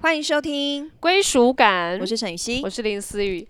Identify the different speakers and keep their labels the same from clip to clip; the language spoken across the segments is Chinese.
Speaker 1: 欢迎收听，
Speaker 2: 归属感。
Speaker 1: 嗯我是沈雨欣
Speaker 2: 我。是林思雨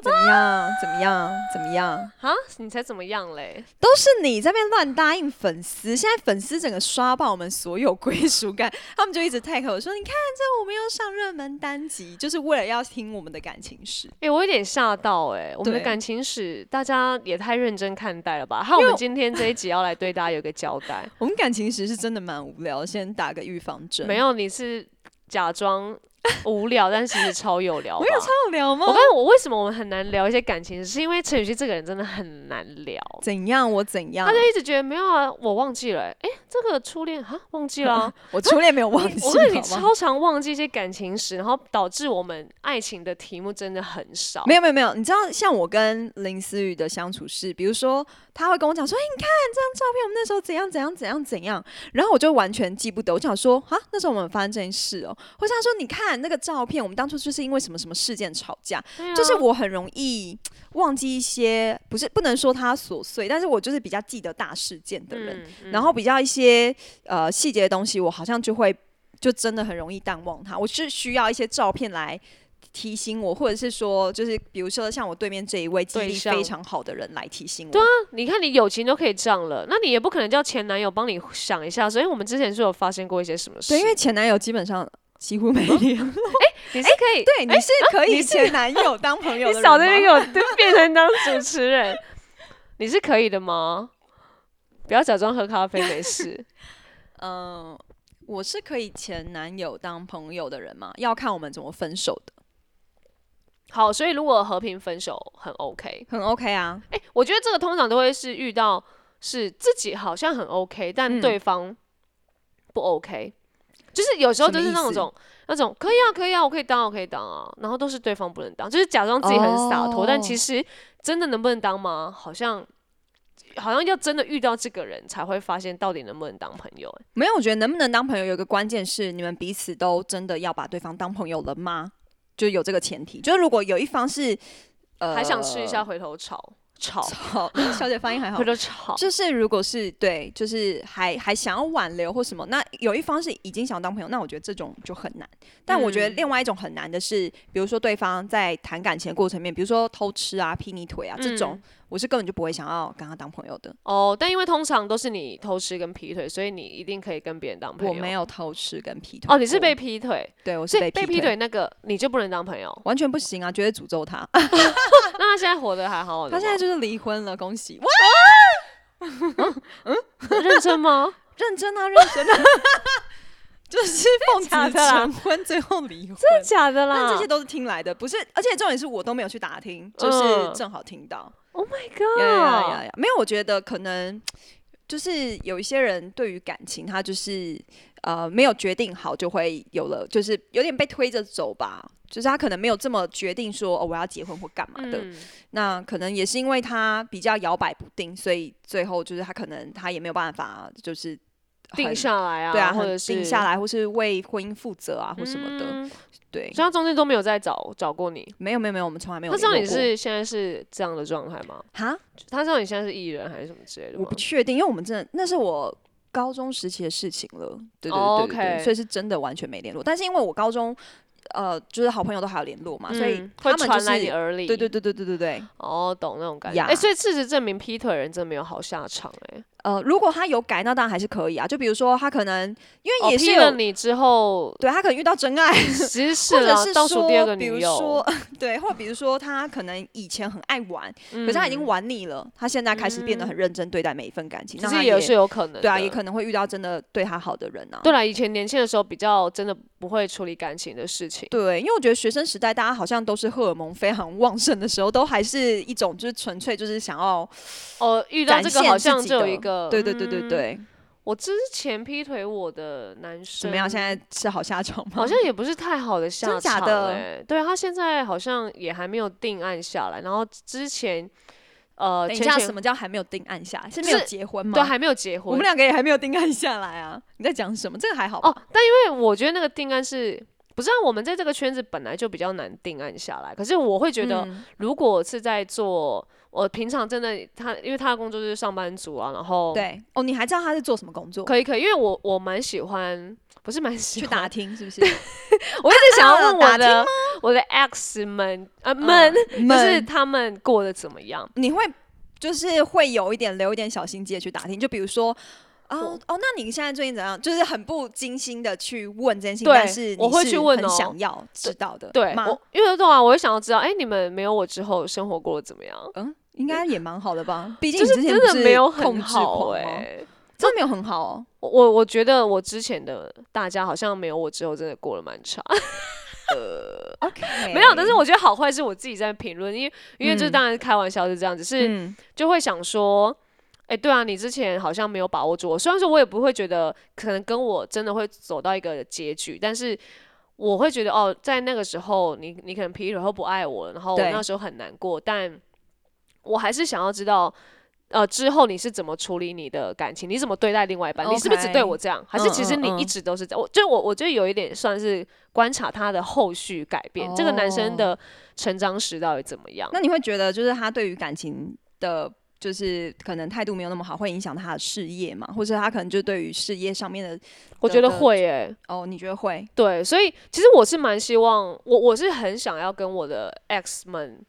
Speaker 1: 怎么样？怎么样？怎么样？
Speaker 2: 啊，你才怎么样嘞？
Speaker 1: 都是你这边乱答应粉丝，现在粉丝整个刷爆我们所有归属感， 他们就一直 tag 我说：“你看，这我们又上热门单集，就是为了要听我们的感情史。
Speaker 2: 哎、我有点吓到哎、我们的
Speaker 1: 对
Speaker 2: 感情史大家也太认真看待了吧？还有我们今天这一集要来对大家有个交 代，
Speaker 1: 我们感情史是真的蛮无聊，先打个预防针。
Speaker 2: 没有你是假装无聊，但其实超有 聊吧。
Speaker 1: 我有超无聊吗
Speaker 2: 我？刚才我为什么我们很难聊一些感情，是因为陈雨希这个人真的很难聊，
Speaker 1: 怎样？我怎样
Speaker 2: 他就？一直觉得没有啊，我忘记了、欸，哎、这个初恋啊 忘记了啊、
Speaker 1: 我初恋没有忘记，
Speaker 2: 我跟你
Speaker 1: 好吗？
Speaker 2: 超常忘记一些感情史，然后导致我们爱情的题目真的很少。
Speaker 1: 没有没有没有，你知道像我跟林思雨的相处是，比如说他会跟我讲说，哎、你看这张照片，我们那时候怎样怎样怎样怎样，然后我就完全记不得，我想说，啊，那时候我们发生这件事哦、 或是他说，你看那个照片，我们当初就是因为什么什么事件吵架，
Speaker 2: 对啊
Speaker 1: 就是我很容易忘记一些，不是不能说它琐碎，但是我就是比较记得大事件的人，
Speaker 2: 嗯嗯
Speaker 1: 然后比较一些呃细节的东西，我好像就会就真的很容易淡忘它。我是需要一些照片来提醒我，或者是说，就是比如说像我对面这一位记忆
Speaker 2: 对
Speaker 1: 力
Speaker 2: 象啊
Speaker 1: 非常好的人来提醒我。
Speaker 2: 你看，你友情都可以这样了，那你也不可能叫前男友帮你想一下，所以我们之前是有发生过一些什么事。
Speaker 1: 对，因为前男友基本上几乎没联络。
Speaker 2: 你是可以，
Speaker 1: 对，你是可以
Speaker 2: 嗯哎啊你是
Speaker 1: 前男友当朋友的
Speaker 2: 你
Speaker 1: 人
Speaker 2: 少在
Speaker 1: 吗
Speaker 2: 那边给我对变成当主持 人，你是可以的吗？不要假装喝咖啡没事。
Speaker 1: 嗯，我是可以前男友当朋友的人吗？要看我们怎么分手的，
Speaker 2: 好，所以如果和平分手很 OK，
Speaker 1: 很 OK 啊。
Speaker 2: 哎、我觉得这个通常都会是遇到是自己好像很 OK，但
Speaker 1: 嗯
Speaker 2: 对方不 OK，、就是有时候
Speaker 1: 什
Speaker 2: 就
Speaker 1: 么
Speaker 2: 是
Speaker 1: 意
Speaker 2: 那
Speaker 1: 思
Speaker 2: 种那种可以啊，可以啊，我可以当，我可以当啊，然后都是对方不能当，就是假装自己很洒脱，但其
Speaker 1: 哦
Speaker 2: 实真的能不能当吗？好像好像要真的遇到这个人才会发现到底能不能当朋友、欸。
Speaker 1: 没有，我觉得能不能当朋友有一个关键是，你们彼此都真的要把对方当朋友了吗？就有这个前提，就是如果有一方是呃
Speaker 2: 欸还想吃一下回头草，草
Speaker 1: 好，小姐发音还 好
Speaker 2: 回。头草，
Speaker 1: 就是如果是对，就是还还想要挽留或什么，那有一方是已经想当朋友，那我觉得这种就很难。但我觉得
Speaker 2: 嗯
Speaker 1: 另外一种很难的是，比如说对方在谈感情的过程里面，比如说偷吃啊、劈你腿啊这种，
Speaker 2: 嗯
Speaker 1: 我是根本就不会想要跟他当朋友的。
Speaker 2: 哦，但因为通常都是你偷吃跟劈腿，所以你一定可以跟别人当朋友。
Speaker 1: 我没有偷吃跟劈腿过。
Speaker 2: 哦，你是被劈腿，
Speaker 1: 对，我是
Speaker 2: 所
Speaker 1: 被
Speaker 2: 以被
Speaker 1: 劈
Speaker 2: 劈腿那个你就不能当朋友。
Speaker 1: 完全不行啊，绝对诅咒他。
Speaker 2: 那他现在活得还好好的
Speaker 1: 啊他
Speaker 2: 吗？
Speaker 1: 现在就是离婚了，恭喜！哇，
Speaker 2: 在认真吗？
Speaker 1: 认真啊，认真啊， 就是 奉子
Speaker 2: 假的啦
Speaker 1: 成婚，最后离婚。
Speaker 2: 真的啊假的啦？
Speaker 1: 但这些都是听来的，不是，而且重点是我都没有去打听，就是
Speaker 2: 嗯
Speaker 1: 正好听到。
Speaker 2: Oh my
Speaker 1: 呀呀
Speaker 2: god！
Speaker 1: 呀呀！没有，我觉得可能就是有一些人对于感情，他就是呃没有决定好，就会有了，就是有点被推着走吧。就是他可能没有这么决定说哦，我要结婚或干嘛的。
Speaker 2: 嗯，
Speaker 1: 那可能也是因为他比较摇摆不定，所以最后就是他可能他也没有办法，就是很
Speaker 2: 定下来啊，
Speaker 1: 对啊，
Speaker 2: 或者
Speaker 1: 很
Speaker 2: 是
Speaker 1: 定下来，或是为婚姻负责啊，或什么的。
Speaker 2: 嗯
Speaker 1: 对，
Speaker 2: 所以他中间都没有再找找过你。
Speaker 1: 没有没有没有，我们从来没有
Speaker 2: 他
Speaker 1: 联
Speaker 2: 知
Speaker 1: 络
Speaker 2: 道
Speaker 1: 过。
Speaker 2: 你是现在是这样的状态吗？
Speaker 1: 哈，
Speaker 2: 他知道你现在是艺人还是什么之类的
Speaker 1: 我
Speaker 2: 吗
Speaker 1: 不？确定，因为我们真的那是我高中时期的事情了。对对
Speaker 2: 哦
Speaker 1: 对对对
Speaker 2: OK
Speaker 1: 所以是真的完全没联络。但是因为我高中呃，就是好朋友都还有联络嘛，所以
Speaker 2: 嗯
Speaker 1: 他
Speaker 2: 会
Speaker 1: 们就
Speaker 2: 传
Speaker 1: 是
Speaker 2: 来你耳里。
Speaker 1: 对对对对对对对。
Speaker 2: 哦，懂那种感觉。
Speaker 1: 呀
Speaker 2: 哎，所以事实证明，劈腿人真没有好下场哎。
Speaker 1: 呃，如果他有改，那当然还是可以啊。就比如说他可能因
Speaker 2: 哦
Speaker 1: 为也是
Speaker 2: 劈
Speaker 1: 有、
Speaker 2: 了你之后，
Speaker 1: 对他可能遇到真爱，
Speaker 2: 其实
Speaker 1: 或
Speaker 2: 是
Speaker 1: 者
Speaker 2: 啦
Speaker 1: 是
Speaker 2: 倒数第二个
Speaker 1: 说，比如
Speaker 2: 女友。
Speaker 1: 说， 对，或者比如说他可能以前很爱玩，
Speaker 2: 嗯
Speaker 1: 可是他已经玩腻了，他现在开始变得很认真对待每一份感情，
Speaker 2: 其
Speaker 1: 那
Speaker 2: 实
Speaker 1: 他
Speaker 2: 也是有可能的。
Speaker 1: 对啊，也可能会遇到真的对他好的人啊。
Speaker 2: 对啦，以前年轻的时候比较真的不会处理感情的事情。
Speaker 1: 对，因为我觉得学生时代大家好像都是荷尔蒙非常 旺盛的时候，都还是一种就是纯粹就是想要
Speaker 2: 哦，遇到
Speaker 1: 展
Speaker 2: 这
Speaker 1: 现
Speaker 2: 个好
Speaker 1: 自
Speaker 2: 像
Speaker 1: 己
Speaker 2: 就有
Speaker 1: 的
Speaker 2: 一个，
Speaker 1: 对对对对
Speaker 2: 嗯。
Speaker 1: 对，
Speaker 2: 我之前劈腿我的男生
Speaker 1: 怎么样？现在是好下场吗？
Speaker 2: 好像也不是太好的下
Speaker 1: 真
Speaker 2: 场、欸，
Speaker 1: 的假的
Speaker 2: 对他现在好像也还没有定案下来，然后之前呃，
Speaker 1: 等一
Speaker 2: 前
Speaker 1: 下，
Speaker 2: 前
Speaker 1: 什么叫还没有定案下来？是
Speaker 2: 就
Speaker 1: 没有
Speaker 2: 是
Speaker 1: 结婚吗？
Speaker 2: 对还没有结
Speaker 1: 我
Speaker 2: 婚
Speaker 1: 们，两个也还没有定案下来啊！你在讲什么？这个还好吧
Speaker 2: 哦，但因为我觉得那个定案是。不是、啊，我们在这个圈子本来就比较难定案下来。可是我会觉得，
Speaker 1: 嗯
Speaker 2: 如果是在做我平常真的他，因为他的工作就是上班族啊，然后
Speaker 1: 对哦，你还知道他是做什么工作？
Speaker 2: 可以可以，因为我我蛮喜欢，不是蛮喜
Speaker 1: 去
Speaker 2: 欢，
Speaker 1: 打听是不是？
Speaker 2: 我一直想要问我
Speaker 1: 啊
Speaker 2: 的、我的 X 们啊们，
Speaker 1: 嗯
Speaker 2: 就是
Speaker 1: 们
Speaker 2: 他们过得怎么样？
Speaker 1: 你会就是会有一点留一点小心机的去打听，就比如说。哦
Speaker 2: 我
Speaker 1: 哦，那你现在最近怎样？就是很不经心的去问这件事情，
Speaker 2: 对
Speaker 1: 但是你
Speaker 2: 我会
Speaker 1: 是
Speaker 2: 去问
Speaker 1: 很
Speaker 2: 哦
Speaker 1: 想要知道的，
Speaker 2: 对，
Speaker 1: 吗？
Speaker 2: 我因为对啊，我会想要知道，哎、你们没有我之后生活过得怎么样？
Speaker 1: 嗯，应该也蛮好的吧？毕竟
Speaker 2: 就
Speaker 1: 你之
Speaker 2: 是
Speaker 1: 前
Speaker 2: 真
Speaker 1: 不
Speaker 2: 的
Speaker 1: 是
Speaker 2: 没有
Speaker 1: 控
Speaker 2: 很
Speaker 1: 制
Speaker 2: 好
Speaker 1: 狂
Speaker 2: 哎、
Speaker 1: 吗？真的没有很好 哦。
Speaker 2: 我我我觉得我之前的大家好像没有我之后真的过得蛮 差，
Speaker 1: OK，
Speaker 2: 呃没有，但是我觉得好坏是我自己在评论，因为因为这
Speaker 1: 嗯
Speaker 2: 当然是开玩笑是这样，只是
Speaker 1: 嗯
Speaker 2: 就会想说，哎、对啊，你之前好像没有把握住我，虽然说我也不会觉得可能跟我真的会走到一个结局，但是。我会觉得哦，在那个时候你你可能劈腿后不爱我了，然后我
Speaker 1: 对
Speaker 2: 那时候很难过，但我还是想要知道，呃，之后你是怎么处理你的感情，你怎么对待另外一半你是不是只
Speaker 1: OK
Speaker 2: 对我这样，还是其实
Speaker 1: 嗯嗯
Speaker 2: 你一
Speaker 1: 嗯
Speaker 2: 直都是这样？我就我我觉得有一点算是观察他的后续改变，这个男生的成长史到底怎么样？
Speaker 1: 那你会觉得就是他对于感情的，就是可能态度没有那么好，会影响他的事业嘛？或者他可能就对于事业上面的，
Speaker 2: 我觉得
Speaker 1: 的
Speaker 2: 会诶、
Speaker 1: 哦，你觉得会？
Speaker 2: 对，所以其实我是蛮希望，我我是很想要跟我的 X 们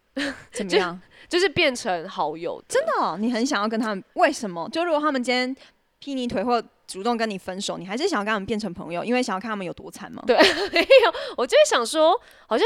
Speaker 1: 怎么
Speaker 2: 就
Speaker 1: 样？
Speaker 2: 就是变成好友的，
Speaker 1: 真的哦、你很想要跟他们，为什么？就如果他们今天劈你腿或主动跟你分手，你还是想要跟他们变成朋友，因为想要看他们有多惨吗？
Speaker 2: 对，没有，我就会想说，好像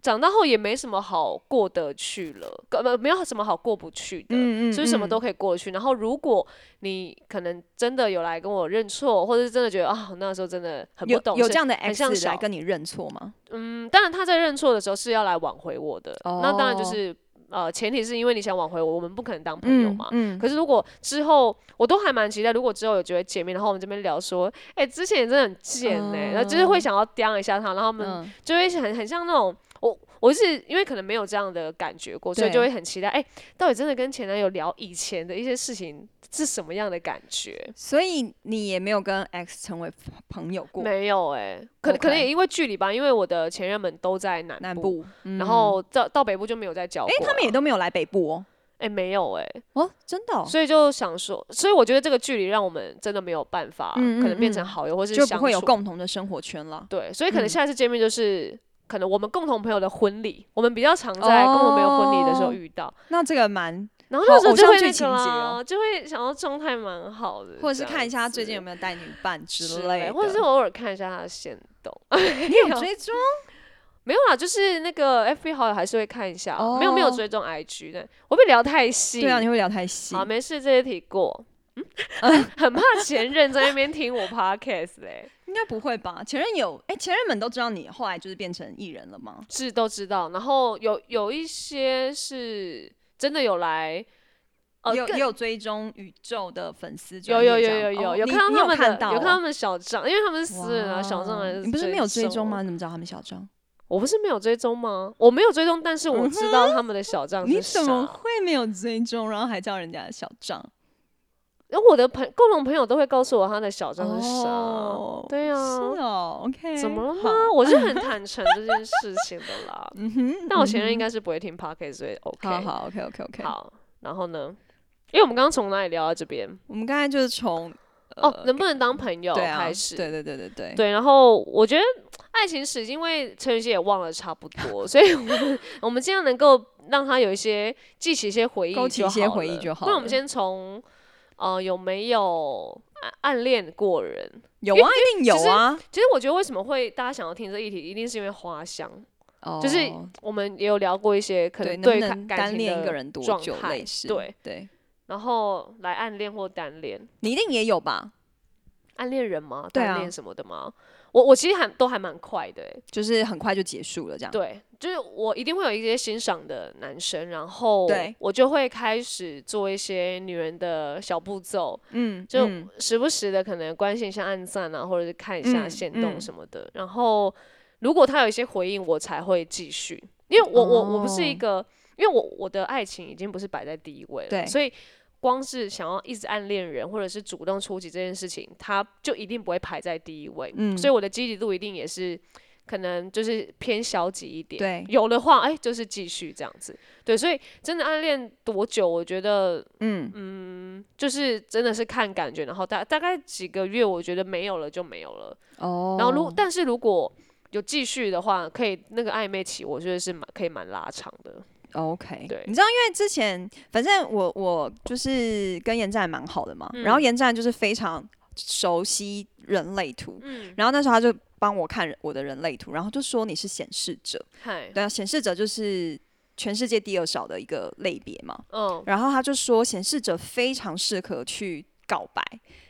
Speaker 2: 长大后也没什么好过得去了，呃不没有什么好过不去的，
Speaker 1: 嗯嗯
Speaker 2: 所以什么
Speaker 1: 嗯
Speaker 2: 都可以过得去。然后如果你可能真的有来跟我认错，或者是真的觉得啊那时候真的很不
Speaker 1: 有
Speaker 2: 懂
Speaker 1: 有
Speaker 2: 事
Speaker 1: 这样的
Speaker 2: 很像
Speaker 1: X 来
Speaker 2: 小
Speaker 1: 跟你认错吗？
Speaker 2: 嗯，当然他在认错的时候是要来挽回我的，那当然就
Speaker 1: 哦
Speaker 2: 是呃前提是因为你想挽回我，我们不可能当朋友嘛。
Speaker 1: 嗯，
Speaker 2: 可是如果之后，我都还蛮期待，如果之后有机会见面，然后我们这边聊说，哎、之前也真的很贱呢、然后就是会想要刁一下他，然后他们
Speaker 1: 嗯
Speaker 2: 就会很很像那种我我是因为可能没有这样的感觉过，所以
Speaker 1: 对
Speaker 2: 就会很期待，哎、到底真的跟前男友聊以前的一些事情是什么样的感觉？
Speaker 1: 所以你也没有跟 X 成为朋友过，
Speaker 2: 没有哎、可
Speaker 1: 欸 OK
Speaker 2: 可能也因为距离吧，因为我的前任们都在南
Speaker 1: 南部，嗯
Speaker 2: 然后到到北部就没有再交过
Speaker 1: 哎、
Speaker 2: 了。
Speaker 1: 他们也都没有来北部哦，
Speaker 2: 哎、没有哎、
Speaker 1: 哦，真的、哦，
Speaker 2: 所以就想说，所以我觉得这个距离让我们真的没有办法，
Speaker 1: 嗯嗯
Speaker 2: 可能变
Speaker 1: 嗯
Speaker 2: 成好友或是
Speaker 1: 就
Speaker 2: 相
Speaker 1: 不会有
Speaker 2: 处
Speaker 1: 共同的生活圈了。
Speaker 2: 对，所以可能
Speaker 1: 嗯
Speaker 2: 下一次见面就是、可能我们共同朋友的婚礼，我们比较常在共同朋友婚礼的时候
Speaker 1: 哦
Speaker 2: 遇到，
Speaker 1: 那这个蛮，
Speaker 2: 然后那时候
Speaker 1: 好
Speaker 2: 就
Speaker 1: 偶像
Speaker 2: 会
Speaker 1: 剧
Speaker 2: 那个
Speaker 1: 情节
Speaker 2: 啦，
Speaker 1: 哦
Speaker 2: 就会想要状态蛮好的，
Speaker 1: 或者是看一下他最近有
Speaker 2: 没
Speaker 1: 没有带女伴
Speaker 2: 有
Speaker 1: 之类的，
Speaker 2: 或者是偶尔看一下他的线动。啊
Speaker 1: 你有追踪啊
Speaker 2: 没有啦，就是那个 FB 好友还是会看一下，没有没有
Speaker 1: 哦
Speaker 2: 追踪 IG 的，我被聊太细。
Speaker 1: 对啊，你会聊太细
Speaker 2: 好，没事，这些题过。嗯， 很怕前任在那边听我 podcast 嘞、
Speaker 1: 应该不会吧？前任有，哎、前任们都知道你后来就是变成艺人了吗？
Speaker 2: 是都知道。然后有有一些是真的有来，呃，
Speaker 1: 也有
Speaker 2: 更
Speaker 1: 也有追踪宇宙的粉丝
Speaker 2: 有
Speaker 1: 专业
Speaker 2: 有
Speaker 1: 这
Speaker 2: 有
Speaker 1: 样，
Speaker 2: 有有
Speaker 1: 哦
Speaker 2: 有
Speaker 1: 你
Speaker 2: 看到
Speaker 1: 你
Speaker 2: 他
Speaker 1: 有
Speaker 2: 们
Speaker 1: 看
Speaker 2: 的，
Speaker 1: 到
Speaker 2: 有看他
Speaker 1: 哦
Speaker 2: 们小账，因为他们是私人啊，小账还
Speaker 1: 哇
Speaker 2: 是啊
Speaker 1: 你不是没有追
Speaker 2: 我
Speaker 1: 踪吗？？你怎么知道他们小张？
Speaker 2: 我不是没有追踪吗？我没有追踪，但是我知道他们的小账
Speaker 1: 嗯你
Speaker 2: 是
Speaker 1: 怎么
Speaker 2: 啥。
Speaker 1: 会没有追踪，然后还叫人家小张？
Speaker 2: 然后我的朋共同朋友都会告诉我他的小账是啥。
Speaker 1: 哦
Speaker 2: 对
Speaker 1: 是
Speaker 2: 啊，
Speaker 1: 哦，OK，
Speaker 2: 怎么了
Speaker 1: 好
Speaker 2: 吗？我是很坦诚这件事情的啦。
Speaker 1: 嗯哼，
Speaker 2: 但我前任应
Speaker 1: 嗯
Speaker 2: 该是不会听 podcast，所以 OK。
Speaker 1: 哼好好，OK OK OK。
Speaker 2: 好，然后呢？因为我们刚刚从哪里聊到这边？
Speaker 1: 我们刚才就是从
Speaker 2: 哦，能不能当朋友
Speaker 1: 呃对啊
Speaker 2: 开始？
Speaker 1: 对对对对对，
Speaker 2: 对然后我觉得爱情史，因为陈雨希也忘了差不多，所以我们我们尽量能够让他有一些记起一些回忆就好
Speaker 1: 勾
Speaker 2: 了，
Speaker 1: 起一些回忆就好
Speaker 2: 那我们
Speaker 1: 了
Speaker 2: 先从呃有没有暗暗恋过人？
Speaker 1: 有啊，一定有啊。
Speaker 2: 其实我觉得为什么会大家想要听这议题，一定是因为花香。
Speaker 1: 哦
Speaker 2: 就是我们也有聊过一些可
Speaker 1: 对，能不
Speaker 2: 能看
Speaker 1: 能
Speaker 2: 感
Speaker 1: 单
Speaker 2: 情
Speaker 1: 恋一
Speaker 2: 的
Speaker 1: 个人多
Speaker 2: 状
Speaker 1: 久
Speaker 2: 态
Speaker 1: 类似？
Speaker 2: 对，
Speaker 1: 对，
Speaker 2: 然后来暗恋或单恋。
Speaker 1: 你一定也有吧？
Speaker 2: 暗恋人吗？
Speaker 1: 对
Speaker 2: 单
Speaker 1: 啊
Speaker 2: 恋什么的吗？我我其实还都还蛮快的、欸，
Speaker 1: 就是很快就结束了这样。
Speaker 2: 对，就是我一定会有一些欣赏的男生，然后
Speaker 1: 对
Speaker 2: 我就会开始做一些女人的小步骤，
Speaker 1: 嗯，
Speaker 2: 就
Speaker 1: 嗯
Speaker 2: 时不时的可能关心一下暗赞啊，或者是看一下
Speaker 1: 嗯
Speaker 2: 线
Speaker 1: 嗯
Speaker 2: 动什么的，然后如果他有一些回应，我才会继续，因为我、我我不是一
Speaker 1: 哦
Speaker 2: 个，因为我我的爱情已经不是摆在第一位
Speaker 1: 对
Speaker 2: 了，所以。光是想要一直暗恋人，或者是主动出击这件事情，他就一定不会排在第一位。
Speaker 1: 嗯
Speaker 2: 所以我的积极度一定也是可能就是偏消极一点，
Speaker 1: 对
Speaker 2: 有的话，哎、就是继续这样子，对，所以真的暗恋多久，我觉得
Speaker 1: 嗯，
Speaker 2: 就是真的是看感觉，然后大大概几个月，我觉得没有了就没有了，
Speaker 1: 哦，
Speaker 2: 然后如但是如果有继续的话，可以那个暧昧期，我觉得是蛮可以蛮拉长的，
Speaker 1: OK，
Speaker 2: 对
Speaker 1: 你知道，因为之前反正我我就是跟严战蛮好的嘛，然后严战就是非常熟悉人类图，然后那时候他就帮我看我的人类图，然后就说你是显示者，
Speaker 2: 嗨，
Speaker 1: 对啊，显示者就是全世界第二少的一个类别嘛，
Speaker 2: 嗯，
Speaker 1: 然后他就说显示者非常适合去告白。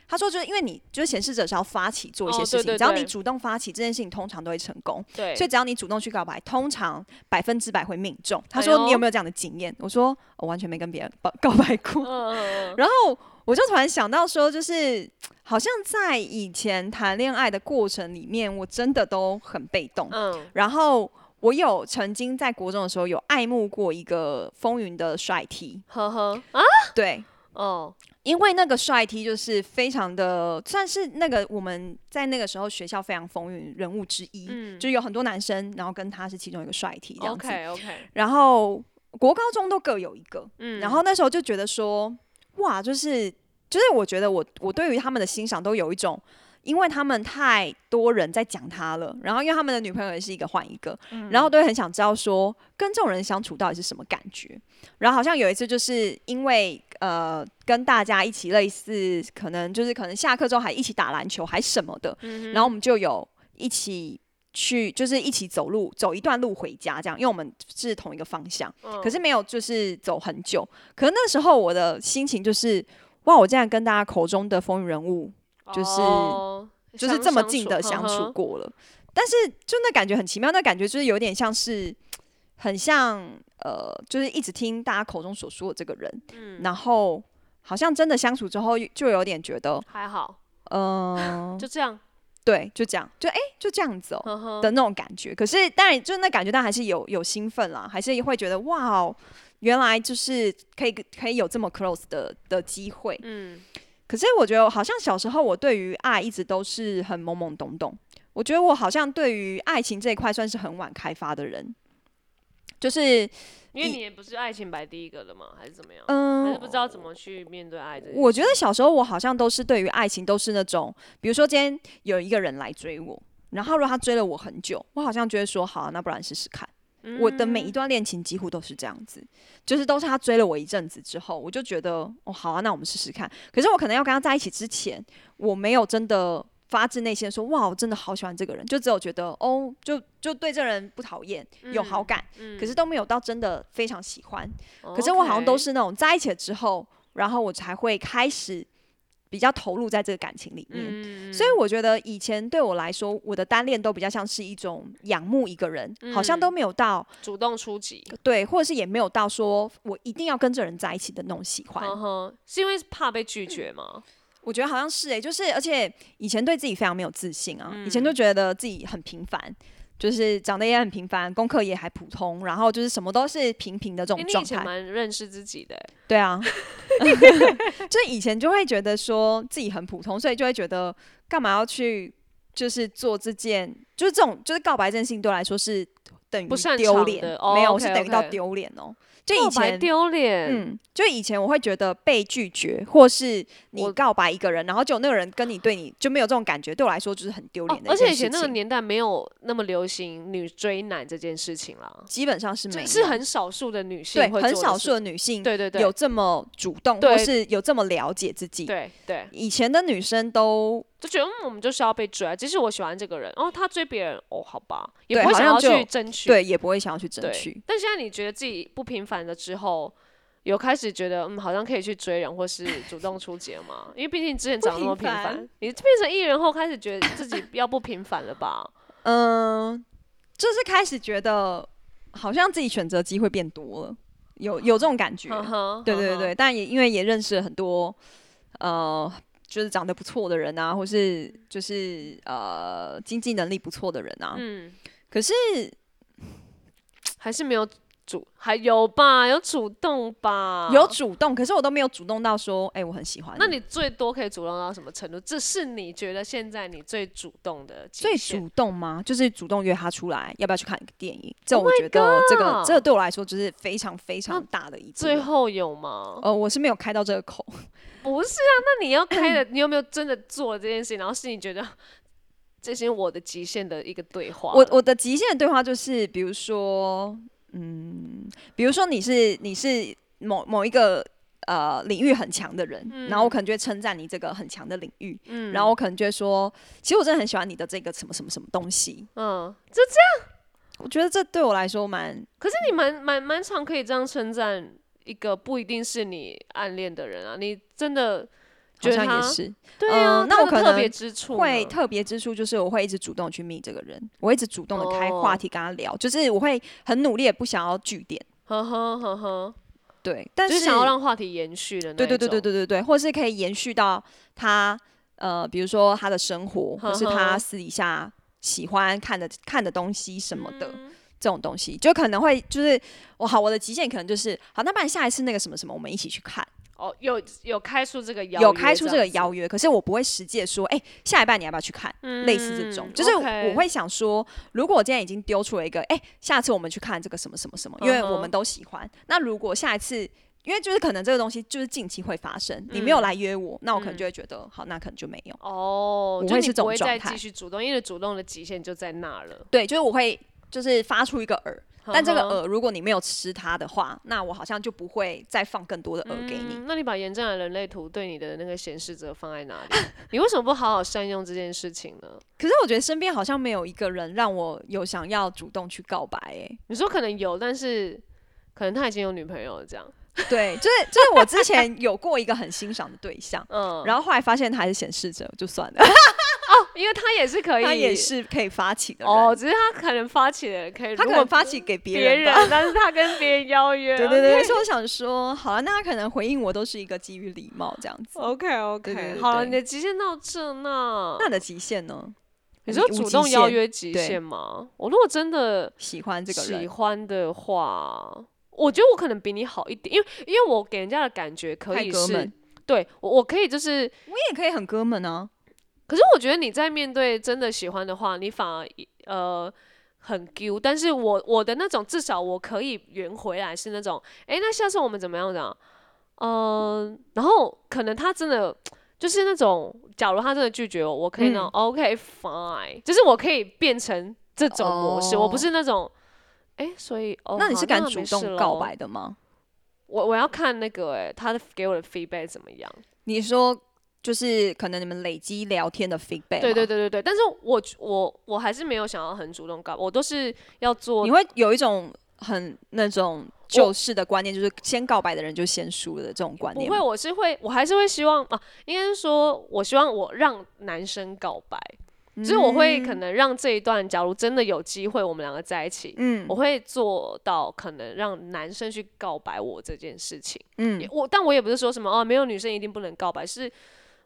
Speaker 1: 他说，就是因为你就是显示者是要发起做一些
Speaker 2: 哦
Speaker 1: 事
Speaker 2: 对
Speaker 1: 情，
Speaker 2: 对
Speaker 1: 只要
Speaker 2: 对
Speaker 1: 你主动发起这件事情，通常都会成功。
Speaker 2: 对，
Speaker 1: 所以只要你主动去告白，通常百分之百会命中。他
Speaker 2: 哎
Speaker 1: 说
Speaker 2: 呦
Speaker 1: 你有没有这样的经验？我说呃我完全没跟别人告告白过。
Speaker 2: 嗯嗯嗯，
Speaker 1: 然后我就突然想到说，就是好像在以前谈恋爱的过程里面，我真的都很被动。
Speaker 2: 嗯，
Speaker 1: 然后我有曾经在国中的时候有爱慕过一个风云的帅 T，
Speaker 2: 呵呵啊，
Speaker 1: 对，
Speaker 2: 哦，
Speaker 1: 因为那个帅 T 就是非常的，算是那个我们在那个时候学校非常风云人物之一，
Speaker 2: 嗯
Speaker 1: 就有很多男生，然后跟他是其中一个帅 T 这样子。
Speaker 2: ，OK OK，
Speaker 1: 然后国高中都各有一个，
Speaker 2: 嗯，
Speaker 1: 然后那时候就觉得说，哇，就是就是我觉得我我对于他们的欣赏都有一种。因为他们太多人在讲他了，然后因为他们的女朋友也是一个换一个，然后都会很想知道说跟这种人相处到底是什么感觉。然后好像有一次就是因为呃跟大家一起类似，可能就是可能下课之后还一起打篮球还什么的，然后我们就有一起去就是一起走路走一段路回家这样，因为我们是同一个方向。
Speaker 2: 嗯
Speaker 1: 可是没有就是走很久。可是那时候我的心情就是，哇，我竟然跟大家口中的风云人物 就是
Speaker 2: 哦
Speaker 1: 就是
Speaker 2: 相
Speaker 1: 这么
Speaker 2: 相
Speaker 1: 近
Speaker 2: 处嗯
Speaker 1: 的
Speaker 2: 呵
Speaker 1: 相
Speaker 2: 呵
Speaker 1: 处过了。但是就那感觉很奇妙，那感觉就是有点像是，很像呃，就是一直听大家口中所说的这个人，
Speaker 2: 嗯
Speaker 1: 然后好像真的相处之后就有点觉得，
Speaker 2: 还好，
Speaker 1: 嗯、
Speaker 2: 就这样，
Speaker 1: 对，就这样，就哎、就这样子哦、
Speaker 2: 呵呵，
Speaker 1: 的那种感觉。可是当然，就是那感觉，但还是有有兴奋啦，还是会觉得哇哦，原来就是可以可以有这么 close 的的机会。
Speaker 2: 嗯，
Speaker 1: 可是我觉得，好像小时候我对于爱一直都是很懵懵懂懂。我觉得我好像对于爱情这一块算是很晚开发的人，就是
Speaker 2: 因为
Speaker 1: 一
Speaker 2: 你也不是爱情排第一个的嘛，还是怎么样？还是
Speaker 1: 嗯
Speaker 2: 不，知道怎么去面对爱这件事
Speaker 1: 我觉得小时候我好像都是对于爱情都是那种，比如说今天有一个人来追我，然后如果他追了我很久，我好像就会说好、那不然试试看。我的每一段恋情几乎都是这样子，就是都是他追了我一阵子之后，我就觉得哦好啊，那我们试试看。可是我可能要跟他在一起之前，我没有真的发自内心的说哇，我真的好喜欢这个人，就只有觉得哦，就就对这个人不讨厌，有好感，可是都没有到真的非常喜欢。可是我好像都
Speaker 2: 哦 OK
Speaker 1: 是那种在一起了之后，然后我才会开始比较投入在这个感情里面。
Speaker 2: 嗯，
Speaker 1: 所以我觉得以前对我来说，我的单恋都比较像是一种仰慕一个人，好像
Speaker 2: 嗯
Speaker 1: 都没有到
Speaker 2: 主动出击，
Speaker 1: 对，或者是也没有到说我一定要跟这人在一起的那种喜欢。
Speaker 2: 呵呵，嗯是因为怕被拒绝吗？
Speaker 1: 我觉得好像是诶、欸就是而且以前对自己非常没有自信啊，以前
Speaker 2: 嗯
Speaker 1: 就觉得自己很平凡。就是长得也很平凡，功课也还普通，然后就是什么都是平平的这
Speaker 2: 诶
Speaker 1: 种
Speaker 2: 你
Speaker 1: 状
Speaker 2: 以
Speaker 1: 态
Speaker 2: 前。蛮认识自己的欸，
Speaker 1: 对啊，
Speaker 2: 啊
Speaker 1: 就是以前就会觉得说自己很普通，所以就会觉得干嘛要去就是做这件，就是这种就是告白这件事情对我来说是等于
Speaker 2: 不擅
Speaker 1: 丢
Speaker 2: 长
Speaker 1: 脸
Speaker 2: 的，哦
Speaker 1: 没有
Speaker 2: OK，
Speaker 1: 是等于到
Speaker 2: OK
Speaker 1: 丢脸哦。就
Speaker 2: 告
Speaker 1: 以
Speaker 2: 欸白
Speaker 1: 前
Speaker 2: 丢脸，
Speaker 1: 嗯，就以前我会觉得被拒绝，或是你
Speaker 2: 我
Speaker 1: 告白一个人，然后就那个人跟你对你就没有这种感觉，对我来说就是很丢
Speaker 2: 哦
Speaker 1: 脸的
Speaker 2: 而
Speaker 1: 一件
Speaker 2: 且以
Speaker 1: 事情、
Speaker 2: 前那个年代没有那么流行女追男这件事情啦，
Speaker 1: 基本上是没
Speaker 2: 这
Speaker 1: 有
Speaker 2: 是很少数的女性
Speaker 1: 对
Speaker 2: 会
Speaker 1: 很
Speaker 2: 做的
Speaker 1: 少
Speaker 2: 事
Speaker 1: 数的女性
Speaker 2: 对对对
Speaker 1: 有这么主动，
Speaker 2: 对
Speaker 1: 或是有这么了解自己。
Speaker 2: 对对，
Speaker 1: 以前的女生都
Speaker 2: 就觉得嗯，我们就是要被追啊。即使我喜欢这个人，哦，他追别人，哦，好吧，也
Speaker 1: 对
Speaker 2: 不会
Speaker 1: 好
Speaker 2: 想
Speaker 1: 像
Speaker 2: 要
Speaker 1: 就
Speaker 2: 去争取。
Speaker 1: 对也不会想要去争
Speaker 2: 对
Speaker 1: 取。
Speaker 2: 但现在你觉得自己不平凡了之后，有开始觉得嗯，好像可以去追人或是主动出击了吗？因为毕竟之前
Speaker 1: 不
Speaker 2: 长得那么
Speaker 1: 平
Speaker 2: 平
Speaker 1: 凡
Speaker 2: 凡，你变成艺人后开始觉得自己要不平凡了 吧？
Speaker 1: 嗯，就是开始觉得好像自己选择机会变多了，
Speaker 2: 啊
Speaker 1: 有有这种感觉。
Speaker 2: 呵呵
Speaker 1: 对对
Speaker 2: 呵呵
Speaker 1: 对，但也因为也认识了很多，呃，就是长得不错的人啊，或是就是呃经济能力不错的人啊。
Speaker 2: 嗯，
Speaker 1: 可是
Speaker 2: 还是没有主还有吧，有主动吧，
Speaker 1: 有主动，可是我都没有主动到说，哎、我很喜欢你。
Speaker 2: 那你最多可以主动到什么程度？这是你觉得现在你最主动的极
Speaker 1: 最
Speaker 2: 限
Speaker 1: 主动吗？就是主动约他出来，要不要去看个电影？
Speaker 2: Oh
Speaker 1: 这我觉得这个、这个对我来说就是非常非常大的一步
Speaker 2: 最
Speaker 1: 了。
Speaker 2: 后有吗？
Speaker 1: 呃，我是没有开到这个口，
Speaker 2: 不是啊，那你要开的， 你有没有真的做了这件事情？然后是你觉得 这是我的极限的一个对话？
Speaker 1: 我我的极限的对话就是，比如说，嗯，比如说你是你是某某一个呃领域很强的人，然后
Speaker 2: 嗯
Speaker 1: 我可能就会称赞你这个很强的领域，然后我可能就会说，其实我真的很喜欢你的这个什么什么什么东西，
Speaker 2: 嗯，
Speaker 1: 我觉得这对我来说蛮
Speaker 2: 可是你蛮蛮蛮常可以这样称赞一个不一定是你暗恋的人啊，你真的
Speaker 1: 好
Speaker 2: 觉得
Speaker 1: 像
Speaker 2: 他
Speaker 1: 也是
Speaker 2: 对啊，
Speaker 1: 嗯那
Speaker 2: 他
Speaker 1: 我
Speaker 2: 的
Speaker 1: 可
Speaker 2: 特
Speaker 1: 能
Speaker 2: 别之处
Speaker 1: 会
Speaker 2: 呢
Speaker 1: 特别之处，就是我会一直主动去密这个人，我会一直主动的开
Speaker 2: 哦
Speaker 1: 话题跟他聊，就是我会很努力，也不想要据点，
Speaker 2: 呵呵呵呵，
Speaker 1: 对，但
Speaker 2: 就是是想要让话题延续的那
Speaker 1: 对对对对
Speaker 2: 一种
Speaker 1: 对对对，或是可以延续到他呃，比如说他的生活，或是
Speaker 2: 呵呵
Speaker 1: 他私底下喜欢看的看的东西什么的。
Speaker 2: 嗯
Speaker 1: 这种东西就可能会就是我好我的极限可能就是好，那不然下一次那个什么什么我们一起去看，
Speaker 2: 哦，有有开出这个邀
Speaker 1: 有
Speaker 2: 约
Speaker 1: 开出这
Speaker 2: 样
Speaker 1: 个
Speaker 2: 子
Speaker 1: 邀约，可是我不会实际地说，哎、下一半你要不要去看？类似这种，
Speaker 2: 嗯
Speaker 1: 就是
Speaker 2: ，OK
Speaker 1: 我会想说，如果我今天已经丢出了一个，哎、下次我们去看这个什么什么什么，因为
Speaker 2: 嗯
Speaker 1: 我
Speaker 2: 哼
Speaker 1: 们都喜欢。那如果下一次，因为就是可能这个东西就是近期会发生，你
Speaker 2: 嗯
Speaker 1: 没有来约我，那我可能就会觉得，好，那可能就没有。
Speaker 2: 哦，
Speaker 1: 我
Speaker 2: 就
Speaker 1: 会
Speaker 2: 你
Speaker 1: 是这
Speaker 2: 不
Speaker 1: 种
Speaker 2: 会
Speaker 1: 状
Speaker 2: 再
Speaker 1: 态
Speaker 2: 继续主动，因为主动的极限就在那了。
Speaker 1: 对，就是我会就是发出一个饵，但这个
Speaker 2: 呵呵
Speaker 1: 饵如果你没有吃它的话，那我好像就不会再放更多的饵呃给你。
Speaker 2: 嗯那你把严正的人类图对你的那个显示者放在哪里？ 你为什么不好好善用这件事情呢？
Speaker 1: 可是我觉得身边好像没有一个人让我有想要主动去告白、哎。
Speaker 2: 你说可能有，但是可能他已经有女朋友了，这样。
Speaker 1: 对，就是就是我之前有过一个很欣赏的对象，
Speaker 2: 嗯，
Speaker 1: 然后后来发现他还是显示者，就算了，
Speaker 2: 因为他也是可以，
Speaker 1: 他也是可以发起的人，
Speaker 2: 哦，只是他可能发起人可以，
Speaker 1: 他
Speaker 2: 如
Speaker 1: 可
Speaker 2: 果
Speaker 1: 能发起给别
Speaker 2: 别
Speaker 1: 人
Speaker 2: 人
Speaker 1: 吧。，
Speaker 2: 但是他跟别人邀约。 啊
Speaker 1: 对对对，所以我想说，好啊了，那他可能回应我都是一个基于礼貌这样子。
Speaker 2: OK
Speaker 1: 对
Speaker 2: OK，
Speaker 1: 对对
Speaker 2: 好了，
Speaker 1: 对
Speaker 2: 你的极限到这呢？
Speaker 1: 那你的极限呢？
Speaker 2: 你说
Speaker 1: 无
Speaker 2: 主
Speaker 1: 极
Speaker 2: 动邀
Speaker 1: 限
Speaker 2: 约极
Speaker 1: 对
Speaker 2: 限吗？我如果真的
Speaker 1: 喜欢这个
Speaker 2: 喜
Speaker 1: 人，
Speaker 2: 欢的话，我觉得我可能比你好一点，因为因为我给人家的感觉可
Speaker 1: 太
Speaker 2: 以
Speaker 1: 哥
Speaker 2: 是
Speaker 1: 们，
Speaker 2: 对我我可以就是，
Speaker 1: 我也可以很哥们啊。
Speaker 2: 可是我觉得你在面对真的喜欢的话，你反而呃。很 Q，但是我我的那种至少我可以圆回来是那种，诶，那下次我们怎么样讲？嗯、然后可能他真的就是那种，假如他真的拒绝我，我可以那种、OK
Speaker 1: 嗯
Speaker 2: fine，就是我可以变成这种模式，我不
Speaker 1: 哦
Speaker 2: 是那种，诶，所以哦，
Speaker 1: 那你是
Speaker 2: 好
Speaker 1: 敢
Speaker 2: 没
Speaker 1: 主
Speaker 2: 事
Speaker 1: 动告
Speaker 2: 咯
Speaker 1: 白的吗？
Speaker 2: 我我要看那个哎、他的给我的 feedback 怎么样？
Speaker 1: 你说就是可能你们累积聊天的 feedback，
Speaker 2: 对对
Speaker 1: 对，
Speaker 2: 对对对，但是我我我还是没有想要很主动告白，我都是要做
Speaker 1: 你会有一种很那种旧式的观念，就是先告白的人就先输了的这种观
Speaker 2: 不
Speaker 1: 念
Speaker 2: 会，
Speaker 1: 吗。
Speaker 2: 我是会我还是会希望啊，应该是说我希望我让男生告白，就是我会可能让这一段，假如真的有机会我们两个在一起，
Speaker 1: 嗯
Speaker 2: 我会做到可能让男生去告白我这件事情。
Speaker 1: 嗯
Speaker 2: 也，我但我也不是说什么哦，没有女生一定不能告白，是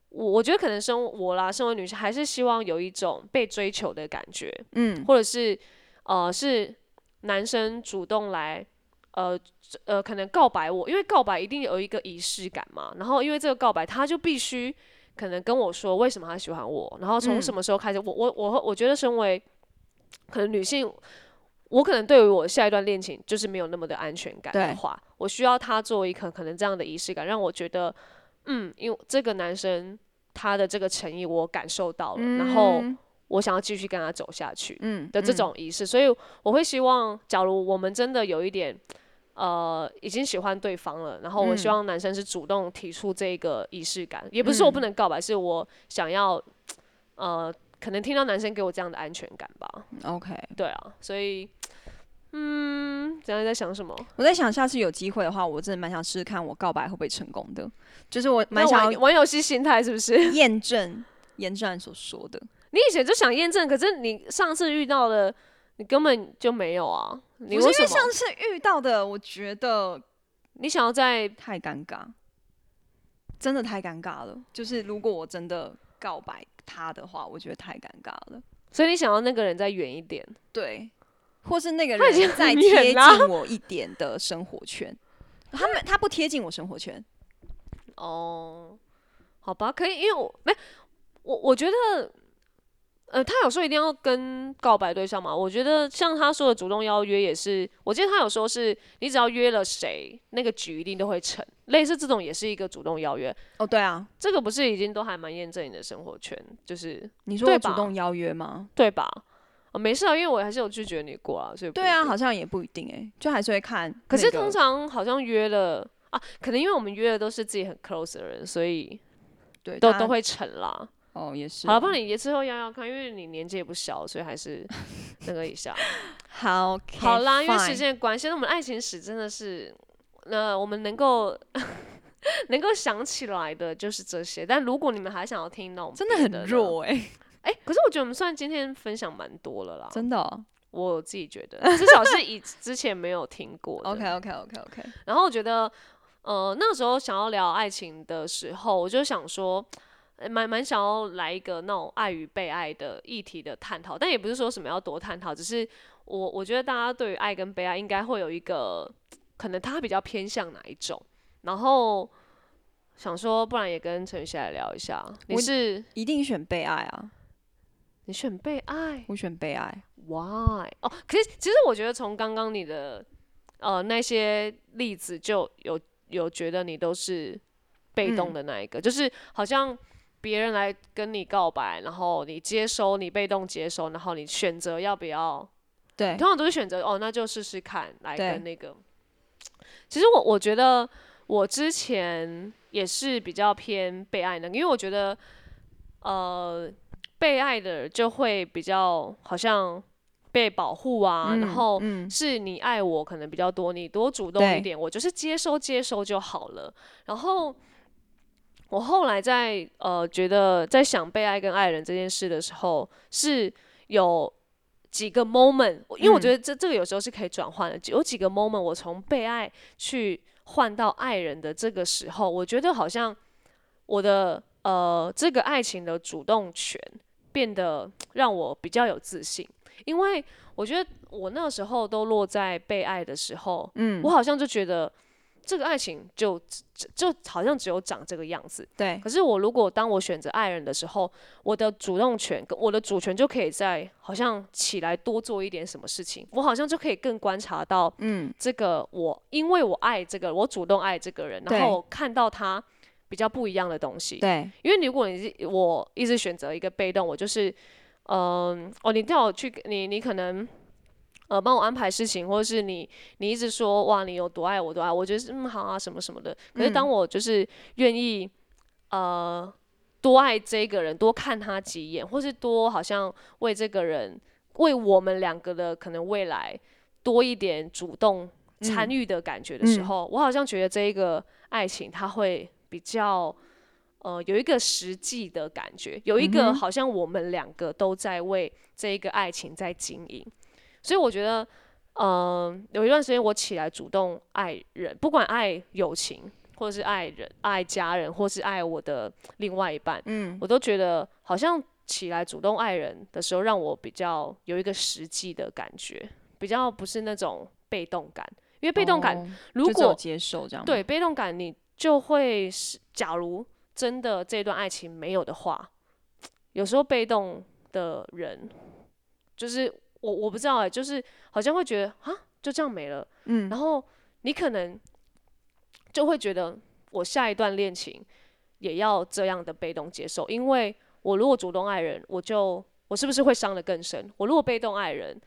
Speaker 2: 我我觉得可能生我啦，身为女生还是希望有一种被追求的感觉，
Speaker 1: 嗯，
Speaker 2: 或者是呃是男生主动来呃呃可能告白我，因为告白一定有一个仪式感嘛，然后因为这个告白他就必须可能跟我说为什么他喜欢我，然后从
Speaker 1: 嗯
Speaker 2: 什么时候开始，我我我我觉得身为可能女性。我可能对于我下一段恋情就是没有那么的安全感的
Speaker 1: 对
Speaker 2: 话，我需要他作为一个可能这样的仪式感，让我觉得，嗯，因为这个男生他的这个诚意我感受到了，然后
Speaker 1: 嗯
Speaker 2: 我想要继续跟他走下去
Speaker 1: 嗯
Speaker 2: 的这种仪式，所以我会希望，假如我们真的有一点呃已经喜欢对方了，然后
Speaker 1: 嗯
Speaker 2: 我希望男生是主动提出这个仪式感，也不是说
Speaker 1: 嗯
Speaker 2: 我不能告白，是我想要呃可能听到男生给我这样的安全感吧，
Speaker 1: 嗯 OK，
Speaker 2: 对啊，所以嗯，现在在想什么？
Speaker 1: 我在想，下次有机会的话，我真的蛮想试试看我告白会不会成功的，就是我蛮
Speaker 2: 那
Speaker 1: 想
Speaker 2: 玩
Speaker 1: 要
Speaker 2: 玩游戏心态是不是？
Speaker 1: 验证严正所说的。
Speaker 2: 你以前就想验证，可是你上次遇到的你根本就没有啊，你
Speaker 1: 不是
Speaker 2: 为
Speaker 1: 因
Speaker 2: 什
Speaker 1: 为
Speaker 2: 么？
Speaker 1: 上次遇到的，我觉得
Speaker 2: 你想要在
Speaker 1: 太尴尬，真的太尴尬了。就是如果我真的告白他的话，我觉得太尴尬了。
Speaker 2: 所以你想要那个人再远一点，
Speaker 1: 对，或是那个
Speaker 2: 他已经
Speaker 1: 人再
Speaker 2: 很
Speaker 1: 贴
Speaker 2: 远啊啦
Speaker 1: 近我一点的生活圈。他们他不贴近我生活圈，
Speaker 2: 哦，好吧，可以，因为我没我我觉得，呃，他有说一定要跟告白对象嘛，我觉得像他说的主动邀约也是，我记得他有说是你只要约了谁，那个局一定都会成，类似这种也是一个主动邀约，
Speaker 1: 哦，对啊，
Speaker 2: 这个不是已经都还蛮验证你的生活圈，就是
Speaker 1: 你说
Speaker 2: 对
Speaker 1: 我主
Speaker 2: 吧
Speaker 1: 动邀约吗？
Speaker 2: 对吧？哦，没事啊，因为我还是有拒绝你过啊，所以不
Speaker 1: 对啊，
Speaker 2: 一定
Speaker 1: 好像也不一定哎、就还是会看那个、
Speaker 2: 可是通常好像约了啊，可能因为我们约的都是自己很 close 的人，所以
Speaker 1: 对
Speaker 2: 都
Speaker 1: 大
Speaker 2: 都
Speaker 1: 家
Speaker 2: 会成啦。
Speaker 1: 哦，也啊是
Speaker 2: 好了，帮你也之后摇摇看，因为你年纪也不小，所以 还是那个一下。
Speaker 1: 好 OK，
Speaker 2: 好啦，因为
Speaker 1: fine
Speaker 2: 时间的关系，那我们爱情史真的是，那、我们能够 能够想起来的就是这些。但如果你们还想要听那种
Speaker 1: 真的
Speaker 2: 别
Speaker 1: 很
Speaker 2: 呢，
Speaker 1: 弱哎、
Speaker 2: 哎、可是我觉得我们算今天分享蛮多了啦，
Speaker 1: 真的、哦。
Speaker 2: 我自己觉得至少是以之前没有听过的。
Speaker 1: OK OK OK OK，
Speaker 2: 然后我觉得，呃，那时候想要聊爱情的时候，我就想说，呃蛮蛮想要来一个那种爱与被爱的议题的探讨，但也不是说什么要多探讨，只是我我觉得大家对于爱跟被爱应该会有一个，可能他比较偏向哪一种，然后。想说，不然也跟陈雨希来聊一下。你
Speaker 1: 我
Speaker 2: 是
Speaker 1: 一定选被爱啊，
Speaker 2: 你选被爱
Speaker 1: 我选被爱。
Speaker 2: ，why？哦，可是其实我觉得从刚刚你的呃那些例子就有有觉得你都是被
Speaker 1: 嗯
Speaker 2: 动的那一个，就是好像别人来跟你告白，然后你接收，你被动接收，然后你选择要不要，
Speaker 1: 对
Speaker 2: 你，通常都是选择哦，那就试试看来
Speaker 1: 对
Speaker 2: 跟那个。其实我我觉得我之前也是比较偏被爱的，因为我觉得呃被爱的就会比较好像被保护啊，
Speaker 1: 嗯
Speaker 2: 然后
Speaker 1: 嗯
Speaker 2: 是你爱我可能比较多，你多主动一
Speaker 1: 对
Speaker 2: 点，我就是接收接收就好了。然后我后来在呃觉得在想被爱跟爱人这件事的时候，是有几个 moment，我因为我
Speaker 1: 嗯
Speaker 2: 觉得这这个有时候是可以转换的，有几个 moment 我从被爱去换到爱人的这个时候，我觉得好像我的呃这个爱情的主动权变得让我比较有自信，因为我觉得我那时候都落在被爱的时候，
Speaker 1: 嗯
Speaker 2: 我，好像就觉得这个爱情就就就好像只有长这个样子。
Speaker 1: 对
Speaker 2: 可是我如果当我选择爱人的时候，我的主动权跟我的主权就可以在好像起来多做一点什么事情，我好像就可以更观察到，嗯，这个我因为我爱这个，我主动爱这个人，然
Speaker 1: 对
Speaker 2: 后我看到他比较不一样的东西。
Speaker 1: 对，
Speaker 2: 因为如果你是我一直选择一个被动，我就是，嗯，哦，你叫我去，你你可能，呃，帮我安排事情，或者是你你一直说哇，你有多爱我多爱我，我觉得是嗯好啊什么什么的。可是
Speaker 1: 嗯
Speaker 2: 当我就是愿意，呃，多爱这个人，多看他几眼，或是多好像为这个人，为我们两个的可能未来多一点主动参与的感觉的时
Speaker 1: 嗯
Speaker 2: 候，我好像觉得这一个爱情它会比较。呃，有一个实际的感觉，有
Speaker 1: 嗯
Speaker 2: 一个好像我们两个都在为这一个爱情在经营，所以我觉得，嗯、有一段时间我起来主动爱人，不管爱友情，或者是爱人、爱家人，或是爱我的另外一半，
Speaker 1: 嗯，
Speaker 2: 我都觉得好像起来主动爱人的时候，让我比较有一个实际的感觉，比较不是那种被动感，因为被动感、
Speaker 1: 哦
Speaker 2: 如
Speaker 1: 就只有
Speaker 2: 果
Speaker 1: 接受这样吗，
Speaker 2: 对被动感，你就会是，假如真的这段爱情没有的话，有时候被动的人，就是我我不知道哎、就是好像会觉得啊，就这样没了，
Speaker 1: 嗯，
Speaker 2: 然后你可能就会觉得我下一段恋情也要这样的被动接受，因为我如果主动爱人，我就我是不是会伤得更深？我如果被动爱人，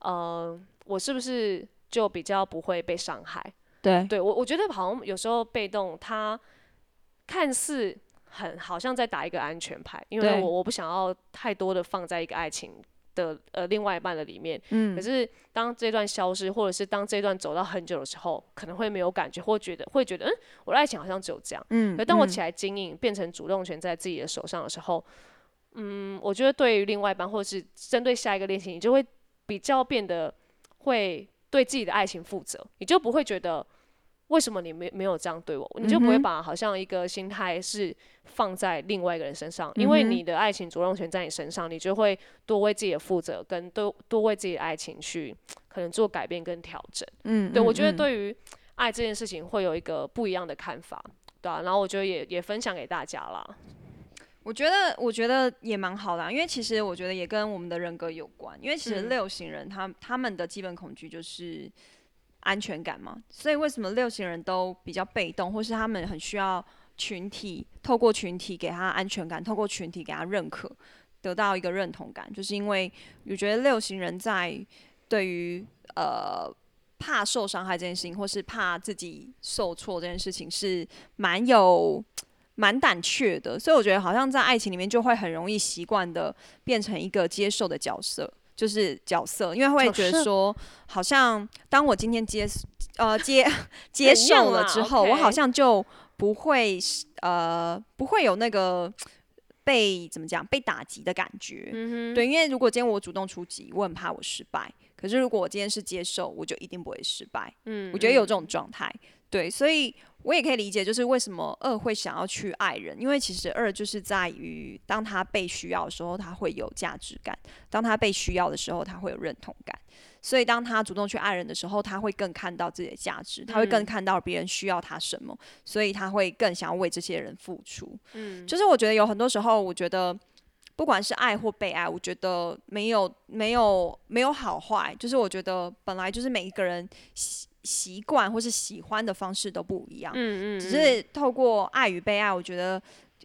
Speaker 2: 呃，我是不是就比较不会被伤害？
Speaker 1: 对
Speaker 2: 对我，我觉得好像有时候被动，他看似很好像在打一个安全牌，因为
Speaker 1: 对
Speaker 2: 我我不想要太多的放在一个爱情的呃另外一半的里面。
Speaker 1: 嗯
Speaker 2: 可是当这段消失，或者是当这段走到很久的时候，可能会没有感觉，或觉得会觉得，嗯，我的爱情好像只有这样。
Speaker 1: 嗯，
Speaker 2: 可当我
Speaker 1: 嗯
Speaker 2: 起来经营，变成主动权在自己的手上的时候，嗯，我觉得对于另外一半，或者是针对下一个恋情，你就会比较变得会对自己的爱情负责，你就不会觉得为什么你没没有这样对我？你就不会
Speaker 1: 嗯哼
Speaker 2: 把好像一个心态是放在另外一个人身上，因为
Speaker 1: 嗯哼
Speaker 2: 你的爱情主动权在你身上，你就会多为自己的负责，跟多多为自己的爱情去可能做改变跟调整。
Speaker 1: 嗯，
Speaker 2: 对，
Speaker 1: 嗯
Speaker 2: 我觉得
Speaker 1: 嗯
Speaker 2: 对于爱这件事情会有一个不一样的看法，对啊，然后我觉得也也分享给大家啦。
Speaker 1: 我觉得，我觉得也蛮好的啊、因为其实我觉得也跟我们的人格有关。因为其实
Speaker 2: 嗯
Speaker 1: 六型人他他们的基本恐惧就是安全感嘛，所以为什么六型人都比较被动，或是他们很需要群体，透过群体给他安全感，透过群体给他认可，得到一个认同感，就是因为我觉得六型人在对于呃。怕受伤害这件事情，或是怕自己受挫这件事情，是蛮有呃蛮胆怯的，所以我觉得好像在爱情里面就会很容易习惯的变成一个接受的角色，就是角色，因为会觉
Speaker 2: 角
Speaker 1: 得
Speaker 2: 色
Speaker 1: 说，好像当我今天接呃接 接
Speaker 2: 怎样
Speaker 1: 受了
Speaker 2: 啦
Speaker 1: 之后，
Speaker 2: ？OK
Speaker 1: 我好像就不会是呃不会有那个被怎么讲被打击的感觉，
Speaker 2: 嗯哼，
Speaker 1: 对，因为如果今天我主动出击，我很怕我失败。可是如果我今天是接受，我就一定不会失败。
Speaker 2: 嗯
Speaker 1: 我觉得有这种状态，对，所以我也可以理解，就是为什么二会想要去爱人，因为其实二就是在于当他被需要的时候，他会有价值感；当他被需要的时候，他会有认同感。所以当他主动去爱人的时候，他会更看到自己的价值，他会更
Speaker 2: 嗯
Speaker 1: 看到别人需要他什么，所以他会更想要为这些人付出。
Speaker 2: 嗯
Speaker 1: 就是我觉得有很多时候，我觉得不管是爱或被爱，我觉得没有没有没有好坏，就是我觉得本来就是每一个人习习惯或是喜欢的方式都不一样，
Speaker 2: 嗯嗯，
Speaker 1: 只
Speaker 2: 嗯
Speaker 1: 是透过爱与被爱，我觉得。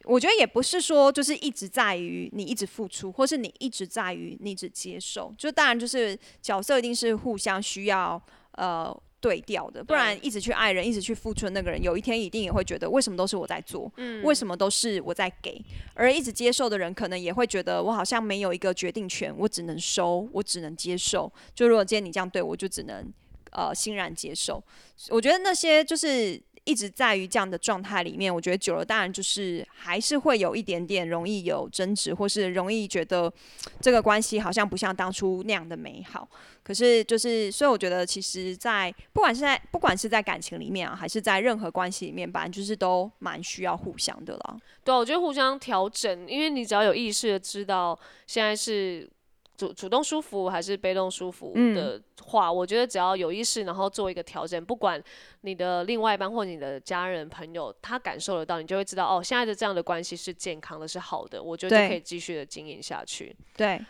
Speaker 1: 我觉得也不是说就是一直在于你一直付出，或是你一直在于你只接受，就当然就是角色一定是互相需要呃对调的，不然
Speaker 2: 对
Speaker 1: 一直去爱人，一直去付出的那个人，有一天一定也会觉得为什么都是我在做，
Speaker 2: 嗯
Speaker 1: 为什么都是我在给，而一直接受的人，可能也会觉得我好像没有一个决定权，我只能收，我只能接受。就如果今天你这样对我，就只能呃欣然接受。我觉得那些就是一直在于这样的状态里面，我觉得久了，当然就是还是会有一点点容易有争执，或是容易觉得这个关系好像不像当初那样的美好。可是就是，所以我觉得，其实在，不管是在不管是在感情里面啊，还是在任何关系里面，反正就是都蛮需要互相的啦。
Speaker 2: 对啊、我觉得互相调整，因为你只要有意识的知道现在是主主动舒服还是被动舒服
Speaker 1: 嗯
Speaker 2: 的话，我觉得只要有意识，然后做一个调整，不管你的另外一半或你的家人朋友，他感受得到，你就会知道哦，现在的这样的关系是健康的，是好的，我觉得就
Speaker 1: 对
Speaker 2: 可以继续的经营下去。
Speaker 1: 对，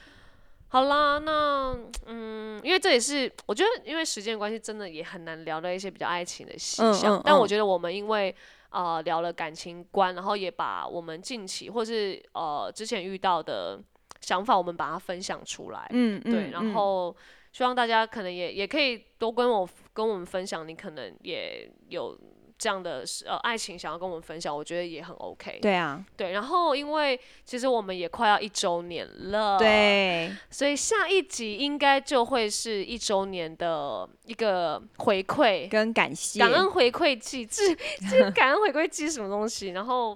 Speaker 2: 好啦，那嗯，因为这也是我觉得，因为时间关系，真的也很难聊到一些比较爱情的细
Speaker 1: 嗯
Speaker 2: 项。
Speaker 1: 嗯
Speaker 2: 但
Speaker 1: 嗯
Speaker 2: 我觉得我们因为呃聊了感情观，然后也把我们近期或是呃之前遇到的想法，我们把它分享出来。
Speaker 1: 嗯，
Speaker 2: 对，
Speaker 1: 嗯
Speaker 2: 然后希望大家可能也也可以多跟我跟我们分享，你可能也有这样的呃爱情想要跟我们分享，我觉得也很 OK
Speaker 1: 嗯。对啊，
Speaker 2: 对，然后因为其实我们也快要一周年了。。
Speaker 1: 对，
Speaker 2: 所以下一集应该就会是一周年的一个回馈，
Speaker 1: 跟感谢，
Speaker 2: 感恩回馈季，这这感恩回馈 季是什么东西？然后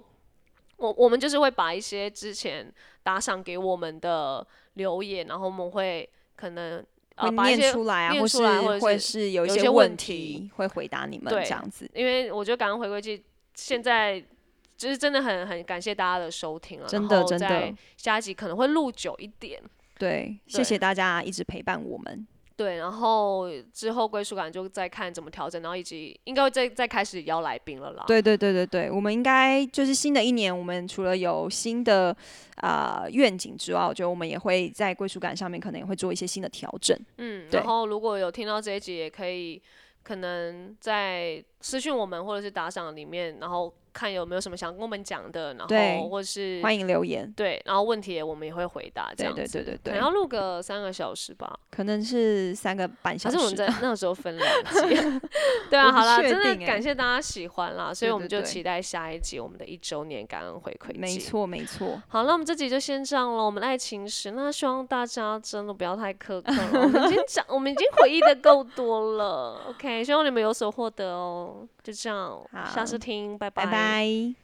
Speaker 2: 我我们就是会把一些之前打赏给我们的留言，然后我们会可能呃
Speaker 1: 会
Speaker 2: 把一些
Speaker 1: 念出来啊，
Speaker 2: 念
Speaker 1: 或
Speaker 2: 出来或者
Speaker 1: 是会
Speaker 2: 是
Speaker 1: 是有一
Speaker 2: 有一
Speaker 1: 些
Speaker 2: 些
Speaker 1: 问
Speaker 2: 问
Speaker 1: 题
Speaker 2: 题
Speaker 1: 会回答你们
Speaker 2: 对
Speaker 1: 这样子。
Speaker 2: 因为我觉得感恩回归季现在就是真的很很感谢大家的收听了，
Speaker 1: 真的真的，
Speaker 2: 下一集可能会录久一点，
Speaker 1: 对，谢
Speaker 2: 对
Speaker 1: 谢大家一直陪伴我们。
Speaker 2: 对，然后之后归属感就再看怎么调整，然后以及应该会再再开始邀来宾了啦。，
Speaker 1: 对对对对对，我们应该就是新的一年，我们除了有新的啊、呃愿景之外，我觉得我们也会在归属感上面可能也会做一些新的调整。
Speaker 2: 嗯，
Speaker 1: 对
Speaker 2: 然后如果有听到这一集，也可以可能在私讯我们或者是打赏里面，然后看有没有什么想跟我们讲的，然
Speaker 1: 对
Speaker 2: 后或是
Speaker 1: 欢迎留言。
Speaker 2: 对，然后问题也我们也会回答这
Speaker 1: 对
Speaker 2: 样
Speaker 1: 对
Speaker 2: 子。
Speaker 1: 对对
Speaker 2: 可
Speaker 1: 对
Speaker 2: 能，要录个三个小时吧，
Speaker 1: 可能是三个半
Speaker 2: 还
Speaker 1: 小
Speaker 2: 是我们
Speaker 1: 时。
Speaker 2: 在那个时候分两 集？ 对啊，
Speaker 1: 我不
Speaker 2: 好啦，
Speaker 1: 确
Speaker 2: 真的
Speaker 1: 定欸
Speaker 2: 感谢大家喜欢啦，所以
Speaker 1: 对
Speaker 2: 我们
Speaker 1: 对
Speaker 2: 就
Speaker 1: 对
Speaker 2: 期待下一集我们的一周年感恩回馈季。
Speaker 1: 没错没错，
Speaker 2: 好，那我们这集就先这样了。我们爱情史，那希望大家真的不要太苛刻了。我们已经讲，我们已经回忆的够多了。OK，希望你们有所获得哦。就这样，下次
Speaker 1: 好
Speaker 2: 听，
Speaker 1: 拜拜。